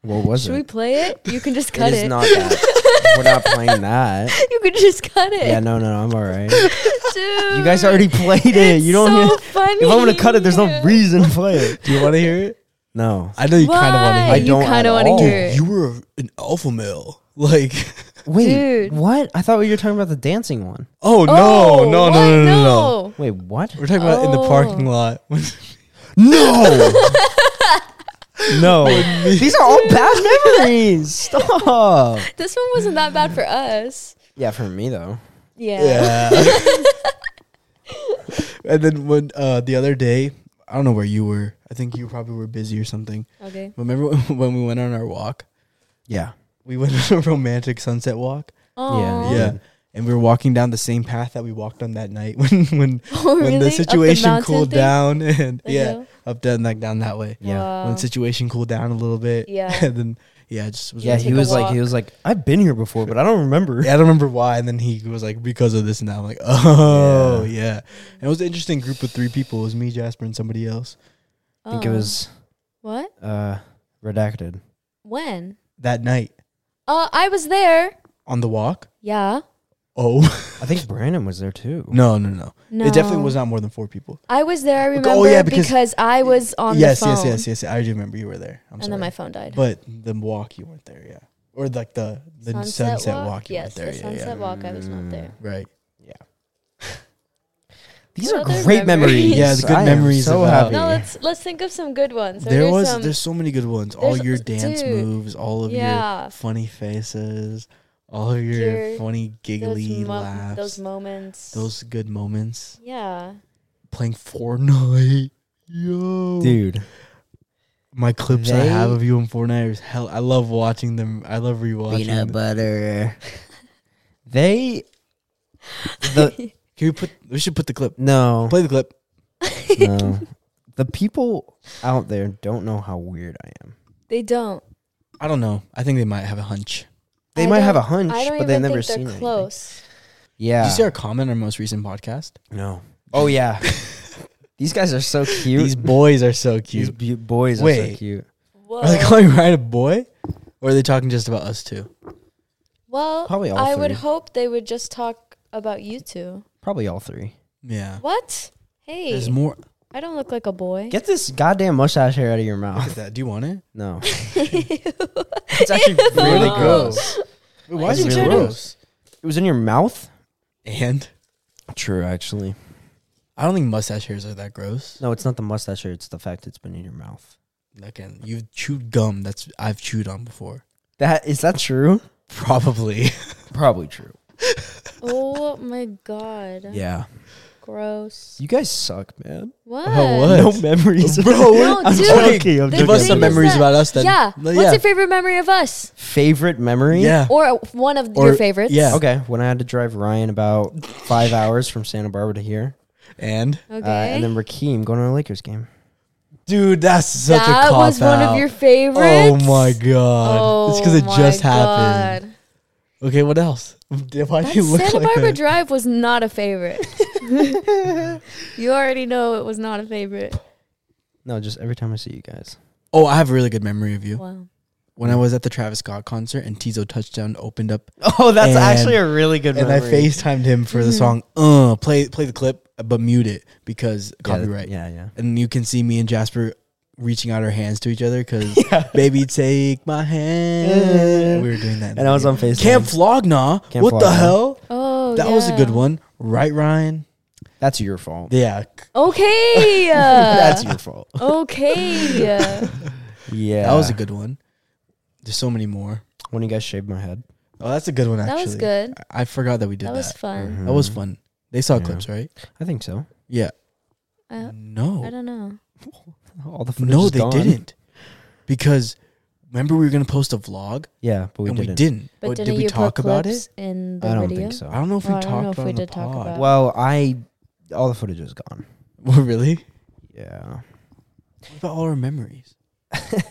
what was
Should
it?
we play it? You can just cut
it is
it.
not that. We're not playing that.
you can just cut it.
Yeah, no, no, no I'm all right.
Dude,
You guys already played it.
it's
You don't.
so
hear-
funny.
if I'm gonna cut it, there's no reason to play it.
Do you want to hear it?
No.
I know you kind of want to
Why?
hear
I
it.
you
don't
kinda
at
wanna
all.
hear it.
You were an alpha male. Like,
Wait,
Dude.
what? I thought we were talking about the dancing one.
oh,
Oh,
no, no, no,
what?
no, no, no, no.
Wait, what?
We're talking about in the
Oh.
parking lot. When
No. no. These are all bad memories. Stop.
This one wasn't that bad for us.
Yeah, for me though.
Yeah.
Yeah. and then when uh, the other day, I don't know where you were. I think you probably were busy or something.
Okay.
Remember when when we went on our walk?
Yeah.
We went on a romantic sunset walk.
Aw.
Yeah. And we were walking down the same path that we walked on that night when when,
Oh,
when
really?
the
Up
situation
mountain
cooled
thing?
down and
The
yeah,
hill?
up down like down that way.
Yeah.
Wow.
When the situation cooled down a little bit.
Yeah.
And then yeah, it just was
Yeah,
really-
he
Take a
was like he
walk.
was like, I've been here before, but I don't remember.
Yeah, I don't remember why. And then he was like, because of this and that. I'm like, oh, yeah. And it was an interesting group of three people. It was me, Jasper, and somebody else.
I think it
Oh.
was
What?
uh redacted.
When?
That night
Uh, I was there.
on the walk,
Yeah.
Oh
I think Brandon was there too.
no, no, no,
No.
It definitely was not more than four people.
I was there. I
Oh,
remember
yeah, because-
because, I was on
yes,
the phone.
yes, yes, yes, I do remember you were there. I'm
And
sorry.
then my phone died.
but the walk you weren't there, yeah, or like the the sunset, walk, you weren't
yes,
there,
the
yeah,
sunset walk. I was not there.
yeah, right.
These
What
are
other
great memories.
memories?
Yeah, the good
I am
memories
So
about-
happy.
Yeah.
No, let's let's think of some good ones. Or
there
there's
was
some-
there's so many good ones. All
there's-
your dance
dude.
moves, all of your
Yeah.
funny faces, all of your,
Your-
funny giggly
those, mo-
laughs,
those
those,
moments.
good moments.
yeah.
Playing Fortnite, yo,
Dude,
My clips I
They-
have of you in Fortnite is hell. I love watching them. I love rewatching. them.
butter. they the
Can we put? We should put the clip.
no,
Play the clip.
no. The people out there don't know how weird I am.
They don't.
I don't know. I think they might have a hunch.
They
I
might have a
don't-
Mm,
hunch,
I don't
but
even
they've never
think
seen
they're
it.
close.
Yeah.
Did you see our comment on our most recent podcast?
no. Oh yeah. These guys are so cute.
These boys are so
These
cute.
bu- boys are so
Wait.
cute.
Whoa.
Are they calling Ryan a boy? Or are they talking just about us two?
well,
Probably all
I would
three.
hope they would just talk about you two.
Probably all three.
Yeah.
What? Hey,
There's more.
I don't look like a boy.
Get this goddamn mustache hair out of your
Look
mouth.
at that. Do you want it?
No. it's actually really
Ew.
gross.
Wait, why
That's
is it
really
gross?
It was in your mouth?
And
True, actually.
I don't think mustache hairs are that gross.
No, it's not the mustache hair, it's the fact it's been in your mouth.
Again, you've chewed gum that's I've chewed on before.
That is that true?
Probably.
Probably true.
oh my god.
Yeah.
Gross.
You guys suck, man.
What?
Oh, what?
No memories.
Bro,
No,
I'm
dude.
joking. I'm
The
Give us
thing
some
is
memories
that-
about us then.
Yeah.
No,
What's your favorite memory of us?
Favorite memory?
Yeah.
Or uh, one of
Or-
your favorites?
yeah.
Okay. When I had to drive Ryan about five hours from Santa Barbara to here.
And
Okay.
Uh, and then Rakeem going to a Lakers game.
dude, that's such a
that
cop
was one
out.
of your favorites.
Oh my god. it's because it
Oh
just
my
happened.
God.
Okay, what else? Why
That
do you look
Santa
like
Barbara
that?
Drive was not a favorite. you already know it was not a favorite.
No, just every time I see you guys.
oh, I have a really good memory of you.
Wow.
When I was at the Travis Scott concert and Tizo Touchdown opened up
Oh, that's
And-
actually a really good
and I
memory.
FaceTimed him for
Mm-hmm.
the song uh play play the clip but mute it because
Yeah, that-
copyright.
Yeah, yeah.
And you can see me and Jasper reaching out our hands to each other cuz baby take my hand.
Yeah.
we were doing that. in
And
the
I was
video.
on Facebook.
Camp Flogna.
Camp
what the
Flogna.
hell?
Oh,
that was a
yeah.
good one. Right, Ryan?
That's your fault.
Yeah.
Okay. uh,
That's your fault.
okay. uh,
Yeah.
That was a good one. There's so many more.
When you guys shaved my head.
Oh, that's a good one
that
actually.
was good.
I I forgot that we did
That
that.
was fun.
That was
Mhm.
fun. They saw
Yeah.
clips, right?
I think so.
Yeah.
I,
no.
I don't know.
All the footage
No,
is
they
gone.
didn't. Because remember we were gonna post a vlog
Yeah, but we
and
didn't.
we didn't.
But
Oh,
didn't
did we
you
talk
put
about it?
clips in the
I don't
video?
think so.
I don't know if we
Oh, I
talked
don't know if
about
we
it on the
did talk
pod.
about
Well, I all the footage is gone. Oh,
Well, really?
Yeah.
What about all our memories?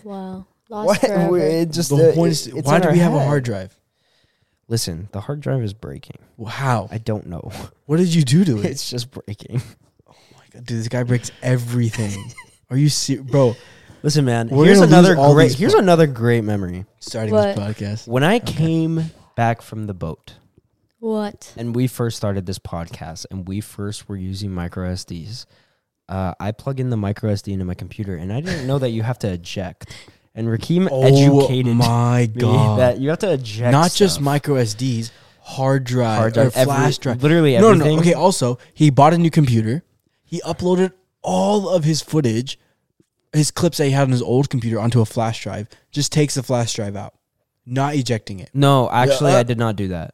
Wow. Lost
What?
forever.
We- It just
the
uh,
whole point
it-
is,
it's
why
in
do
our
we have a
head.
hard drive?
Listen, the hard drive is breaking.
Well, How?
I don't know.
What did you do to it?
it's just breaking.
Oh my God, dude, this guy breaks everything. Are you serious, bro?
Listen, man.
We're
here's
gonna lose
another
all
great.
these
Here's
pro-
another great memory.
Starting this
What?
podcast.
When I came back from the boat
What?
and we first started this podcast and we first were using micro SDs, uh, I plug in the micro SD into my computer and I didn't know that you have to eject. And Rakeem
Oh
educated
my
me
God.
that you have to eject.
Not just
stuff.
micro SDs, hard drive,
Hard
or
drive, every-
flash drive.
literally
no, no,
everything.
no. Okay. Also, he bought a new computer. He uploaded all of his footage, his clips that he had on his old computer onto a flash drive. Just takes the flash drive out, not ejecting it.
No, actually,
uh,
I did not do that.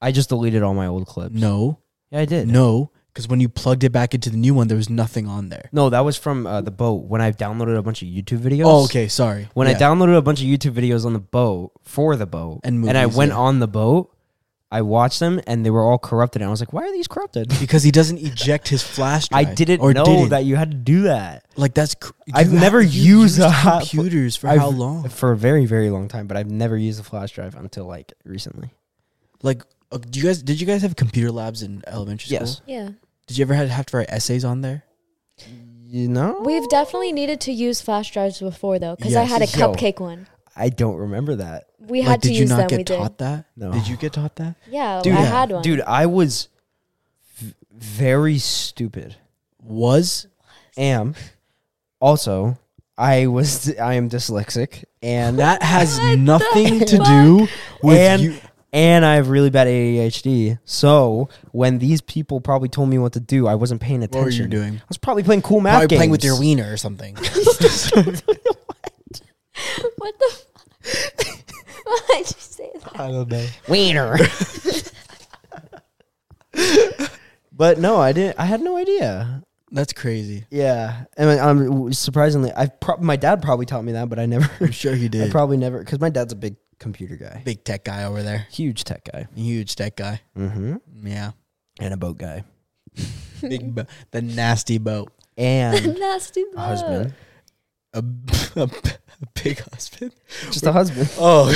I just deleted all my old clips.
No,
Yeah, I did.
no, because when you plugged it back into the new one, there was nothing on there.
No, that was from uh, the boat when I downloaded a bunch of YouTube videos.
Oh, okay. Sorry.
When I
Yeah.
downloaded a bunch of YouTube videos on the boat for the boat,
And
I
movies,
went
yeah.
on the boat, I watched them, and they were all corrupted. And I was like, "Why are these corrupted?"
because he doesn't eject his flash
I
drive.
didn't
or
know
didn't.
that you had to do that.
Like that's. Cr-
I've
you ha-
never
you
used a hot-
computers for
I've-
how long?
For a very, very long time, but I've never used a flash drive until like recently.
Like, uh, do you guys did you guys have computer labs in elementary school?
Yes.
Yeah.
Did you ever had- have to write essays on there?
You know,
We've definitely needed to use flash drives before though, because I
Yes.
had a
Yo.
cupcake one.
I don't remember that.
We
like,
had to
did you
use
not
them.
get
We did.
taught that?
No.
Did you get taught that?
Yeah,
Dude,
I
yeah.
had one.
Dude, I was v- very stupid.
Was
Am. Also, I was I am dyslexic and
that has
What the
nothing to
fuck?
do with
and
you?
and I have really bad ADHD. So when these people probably told me what to do, I wasn't paying attention.
What were you doing?
I was probably playing cool math
Probably playing with your
games.
wiener or something.
what the? fuck? Why'd you say that?
I don't know.
wiener. but no, I didn't. I had no idea.
That's crazy.
Yeah, and I- I'm surprisingly, I prob my dad probably taught me that, but I never,
I'm sure he
I
did.
probably never, because my dad's a big computer guy,
Big tech guy over there.
huge tech guy,
Huge tech guy.
mm-hmm.
Yeah.
and a boat guy,
Big bo- the nasty boat. Um,
and
Nasty
a husband,
A, a, a big husband.
just a husband.
Oh,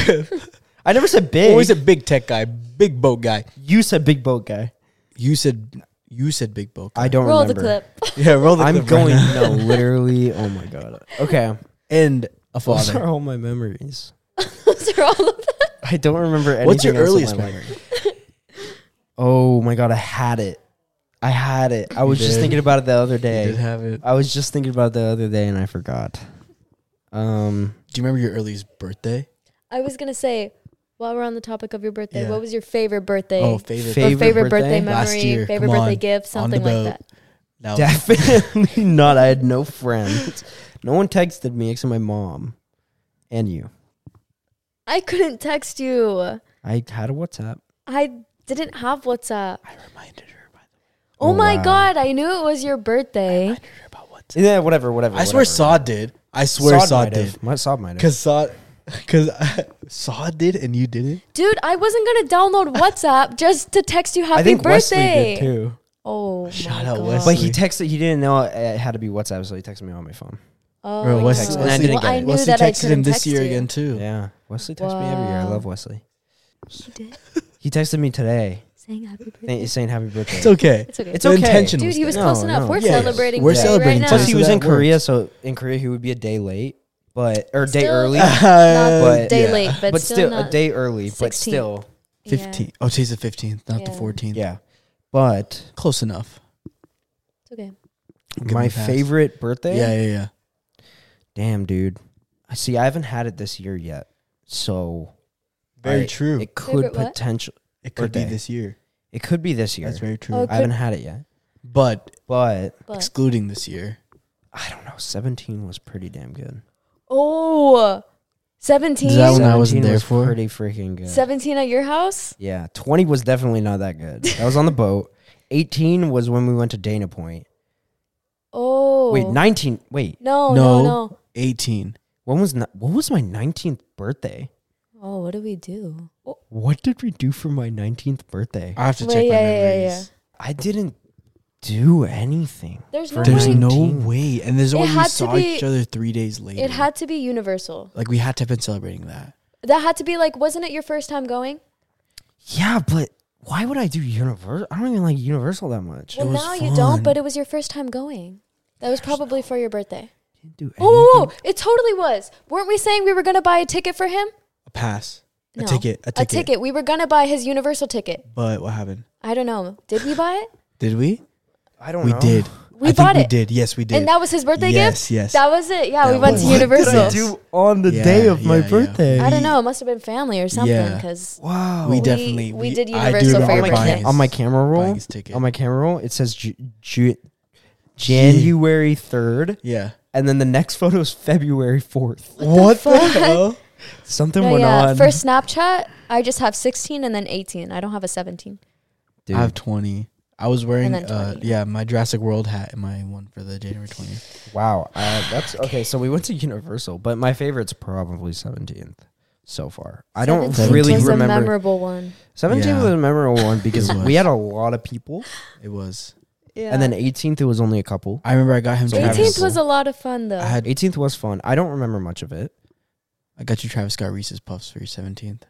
I never said big.
always a big tech guy, big boat guy.
you said big boat guy.
You said you said big boat. Guy.
I don't
Roll the
remember.
clip.
yeah, roll the
I'm
clip right
going
now.
no, literally. Oh my god. Okay,
and a
those
father.
are all my memories.
Those are all of them.
I don't remember anything.
What's your
else in
earliest
my life.
memory?
Oh my god, I had it. I had it. I
You
was just
did.
thinking about it the other
You
day.
did have it.
I was just thinking about it the other day and I forgot. Um,
Do you remember your earliest birthday?
I was gonna say, while we're on the topic of your birthday,
Yeah.
what was your favorite birthday?
Oh, favorite.
Fa-
or
favorite
favorite,
birthday?
birthday, memory,
Last year,
favorite
come
birthday
on.
gift,
On the
something like
boat.
that.
no,
definitely not. I had no friends. No one texted me except my mom and you.
I couldn't text you.
I had a WhatsApp.
I didn't have WhatsApp.
I reminded her. By the
Oh,
Oh,
my
wow.
god, I knew it was your birthday.
way. I reminded her about what.
Yeah, whatever, whatever.
I swear,
whatever.
Saw did. I swear, Saw
might have.
did.
My Saw might have.
Cause Saw, cause Saw did, and you didn't.
Dude, I wasn't gonna download WhatsApp just to text you happy
I think
birthday.
Wesley did too.
Oh,
Shout
my
out
God.
Wesley.
But he texted. He didn't know it had to be WhatsApp, so he texted me on my phone.
Oh,
Bro, Wesley-
wow.
Wesley- And I didn't
well,
get
I
it.
knew
Wesley
that I
texted
couldn't
him this
text
year
you.
again too.
Yeah, Wesley texts me every year. I
Wow.
love Wesley.
He did
He texted me today,
saying happy birthday.
th- saying happy birthday.
It's okay.
It's okay.
It's
The
okay.
intention
Dude, he was
there.
No,
close enough.
no,
We're
yeah, yeah.
celebrating.
We're
today
celebrating
Right
Plus,
today.
now.
he
So
was
that
in Korea,
works.
so in Korea he would be a day late, but or day
Still-
early,
Not
Uh,
not
but-
day late, but,
but, still a
not-
day early, but
16th.
still,
yeah.
fifteen. Oh, today's the fifteenth, not the
Yeah.
fourteenth.
yeah. But
close enough.
It's okay.
We'll give him
my
a pass.
favorite
Yeah,
birthday.
yeah, yeah.
Damn, dude. I see. I haven't had it this year yet, so
Very
I-
true. It,
It could
Favorite what?
potential.
could
birthday.
be this year.
It could be this year.
That's very true.
Oh,
I haven't had it yet,
But
but
But
excluding this year,
I don't know. Seventeen was pretty damn good.
oh, 17?
Is that one I wasn't
17
there
was
for?
Pretty freaking good.
17 at your house?
Yeah, 20 was definitely not that good. That was on the boat. 18 was when we went to Dana Point.
Oh.
Wait, 19. Wait,
no, Oh, no,
No.
no.
eighteen.
when was ni- what was my 19th birthday?
Oh, what do we do? Oh,
What did we do for my 19th birthday?
I have to
Wait,
check my
yeah, yeah, yeah,
memories.
yeah.
I didn't do anything.
There's no
For
There's
way.
no
19th.
way, and there's
It
only
had
we
to
saw
be-
each other three days later.
It had to be universal.
like we had to have been celebrating that.
That had to be like, wasn't it your first time going?
Yeah, but why would I do Universal? I don't even like Universal that much.
Well,
was
now you don't,
fun.
but it was your first time going. That was probably for your birthday.
didn't do anything.
Oh, whoa, whoa, it totally was. Weren't we saying we were going to buy a ticket for him?
A pass, a ticket, a ticket.
We were going to buy his universal ticket.
But what happened?
I don't know. Did we buy it?
Did we?
I don't
We
know.
did.
We
I
bought
think
it.
We did. Yes, we did.
And that was his birthday
yes,
gift?
Yes,
That was it. Yeah,
That
we went
was-
to
What did I
Universal.
do?
on
the day of my birthday?
I don't know. It must have been family or something
Yeah.
because
Wow.
We
We-
definitely
we did
I do
Universal for
remember
on,
your
my
buying
birthday.
cam-
his-
on my camera
buying
roll,
his ticket.
on my camera roll, it says Ju- Ju- January 3rd.
yeah.
and then the next photo is February 4th.
What,
the
the,
fuck?
hell?
Something
No,
went
yeah.
on.
For uh, Snapchat, I just have 16 and then 18. I don't have a 17.
Dude,
I have twenty. I was wearing
then
uh
20.
yeah my Jurassic World hat and my one for the January twentieth.
wow. Uh, that's okay. So we went to Universal, but my favorite's probably 17th so far. I don't
17
really
was a
remember.
memorable one.
17th was
Yeah.
a memorable one because
It was.
we had a lot of people,
It was.
Yeah.
and then 18th it was only a couple.
I remember I got him.
So
Travis.
18th was a lot of fun though.
I had
18th was fun. I don't remember much of it.
I got you Travis Scott Reese's Puffs for your seventeenth.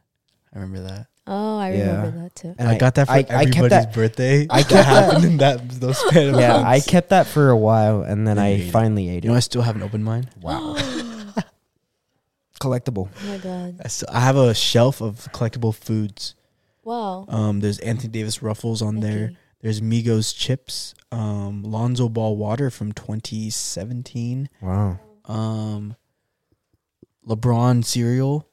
I remember that.
oh, I
Yeah.
remember that too.
And
I, got that for
I- I kept
everybody's
that-
birthday.
I kept
that
that-
happened in that those span of
Yeah,
months.
I kept that for a while, and then
Yeah,
I
yeah, yeah.
finally ate
You know, I
it.
still haven't opened mine.
Wow. collectible.
Oh my god.
I still- I have a shelf of collectible foods.
Wow.
Um, there's Anthony Davis Ruffles on there.
Mickey.
There's Migos chips. Um, Lonzo Ball water from 2017.
Wow.
Um, LeBron cereal,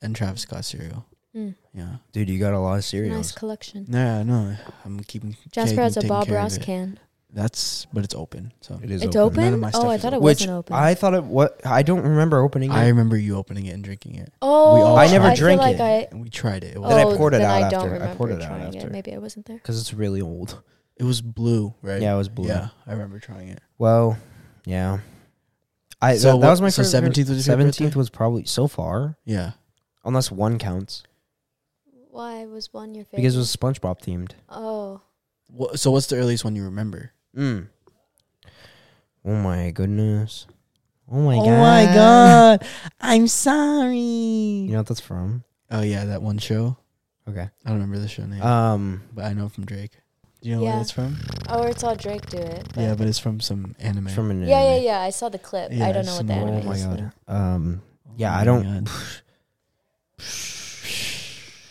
and Travis Scott cereal.
Hmm.
Mm,
Yeah.
Dude, you got a lot of cereals.
nice collection.
No, no, I'm keeping.
Jasper
taking-
has a
taking
Bob
care of
Ross
it.
can.
That's but it's open. So
It is
It's
open. None of
open?
my
Oh,
stuff
I
is
thought it
open.
Which
wasn't open.
I thought it what I don't remember opening it.
I remember you opening it and drinking it.
oh,
all
I
never
never
drink
drink like
it.
I,
And we tried it. It was,
Then I
oh,
poured it
then
out
I don't
after. I
remember
poured it out
trying
after.
it. Maybe I wasn't there.
because it's really old.
it was blue, right?
Yeah, it was blue.
Yeah, I remember trying it.
Well, yeah. I
So
that, that
what-
was my
so 17th was your birthday?
seventeenth was probably so far,
Yeah.
unless one counts
Why was one your favorite?
because it was SpongeBob themed.
oh,
Wha- So what's the earliest one you remember?
Mm. Oh my goodness! Oh my god!
I'm sorry.
You know what that's from?
Oh yeah, that one show.
Okay.
I don't remember the show name,
Um.
but I know from Drake. Do you know
Yeah.
where it's from?
oh, it's all Drake do it. but-
Yeah, but it's from some anime.
It's from an
yeah, yeah,
anime.
yeah. I saw the clip.
Yeah,
I don't know what
some-
the
oh
Oh
anime
my
is.
god.
though.
Um. Yeah,
Oh
I
my
don't.
God.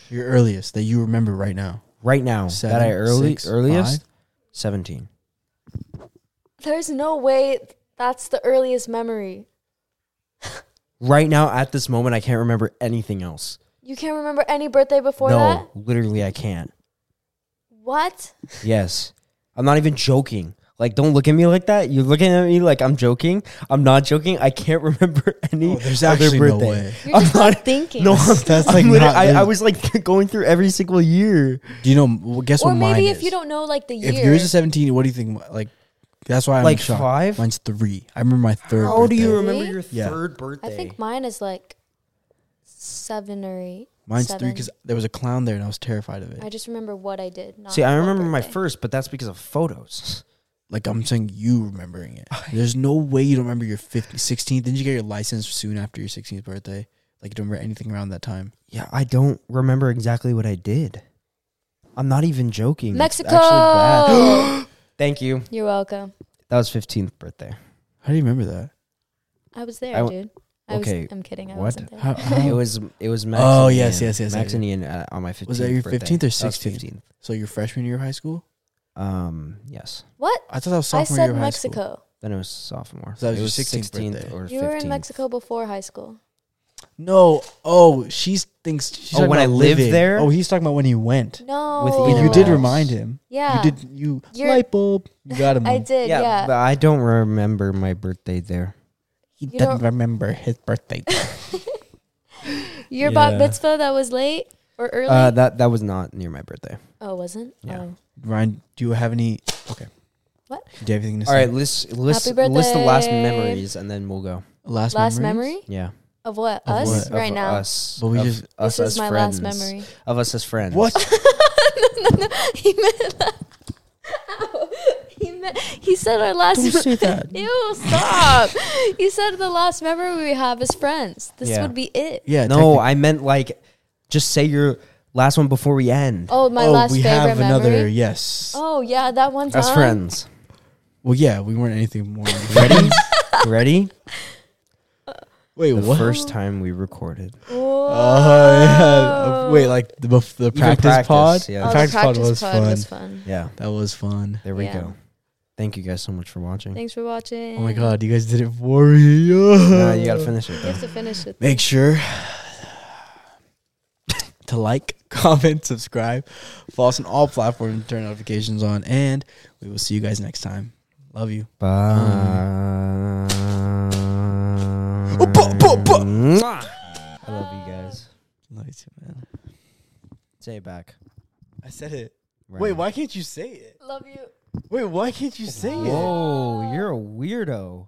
Your earliest that you remember right now?
Right now,
Seven,
that I early
six,
earliest
five?
seventeen.
There's no way that's the earliest memory.
Right now, at this moment, I can't remember anything else.
You can't remember any birthday before
no,
that?
literally, I can't.
What?
Yes. I'm not even joking. Like, don't look at me like that. You're looking at me like I'm joking. I'm not joking. I can't remember any
Oh, there's
other
actually no
birthday.
way.
You're
I'm
just not,
not-
thinking.
No, I'm,
That's
I'm
like
literally-
not-
I, I was like going through every single year.
Do you know? well, Guess
or
what mine
maybe if
is.
you don't know like the year.
If yours is 17, what do you think? mi- Like, that's why I'm
Like
shocked.
five?
Mine's three. I remember my third.
How do you
birthday.
remember
Really?
your
Yeah.
third birthday?
I think mine is like seven or eight.
Mine's three
seven.
because there was a clown there and I was terrified of it.
I just remember what I did. Not
See, I
what
remember my
birthday.
first, but that's because of photos.
like I'm saying, you remembering it. There's no way you don't remember your 15th, 16th. Didn't you get your license soon after your 16th birthday? Like you don't remember anything around that time.
Yeah, I don't remember exactly what I did. I'm not even joking. It's actually bad.
Mexico.
Thank you.
You're welcome.
That was 15th birthday.
How do you remember that?
I was there,
I w-
dude. I
Okay,
was, I'm kidding. I
what?
wasn't there.
How, how-
It was it was Max.
Oh,
and
yes,
Ian.
yes, yes,
Max
yes.
and Ian uh, on my 15th.
Was that your
birthday.
15th or
That was
16th? so your freshman year of high school?
15th. Um, yes.
What?
I thought that was
I
sophomore year
said
of high school.
Mexico.
Then it was sophomore.
So that was
it
your
was
16th birthday.
or
You were
15th.
in Mexico before high school.
No. Oh, she thinks. She's
Oh,
talking
when
about
I lived
living.
there?
Oh, he's talking about when he went.
No.
With
But
Ian
you
and
did
Max.
remind him.
Yeah.
You did. You
You're-
light bulb. You got him.
I
one.
did. Yeah.
but I don't remember my birthday there.
He
You
doesn't
don't-
remember his birthday.
Your bat
Yeah.
mitzvah that was late or early?
Uh, that that was not near my birthday.
oh, wasn't?
yeah.
Oh.
Ryan, do you have any? Okay.
What?
Do you have anything to
All
say?
right, list list
Happy
list the last
birthday.
memories, and then we'll go.
Last,
Last
memories?
memory?
Yeah,
Of what?
Of
us?
what?
Right
Of
now?
us.
But we
of
just-
us
this
as
is my
friends.
last memory.
Of us as friends.
What?
no, no, no. He meant that. Ow. He, meant, he said our last.
Don't say that.
Ew! Stop. you said the last memory we have is friends. This
Yeah.
would be it.
Yeah.
No,
technic-
I meant like, just say your last one before we end.
Oh, my
oh,
last
we
favorite
have
memory.
another. Yes.
Oh yeah, that one time.
as friends.
Well, yeah. We weren't anything more. than
Ready? Ready?
Wait,
The
what?
first time we recorded.
Whoa.
Oh yeah. Uh, Wait, like the bef- the practice,
practice,
pod.
yeah.
The
Oh, the
practice, pod,
practice
was,
pod
fun.
was fun.
Yeah.
That was fun.
There we
Yeah.
go. Thank you guys so much for watching.
Thanks for watching.
Oh my god, you guys did it for me.
Nah, you gotta finish it
You have
though.
to finish it.
Make sure to like, comment, subscribe, follow us on all platforms, turn notifications on, and we will see you guys next time. Love you.
Bye. Mwah. I love you guys.
Love you too, man.
Say it back.
I said it.
Right
Wait,
now.
why can't you say it?
Love you.
Wait, why can't you say it?
Whoa, you're a weirdo.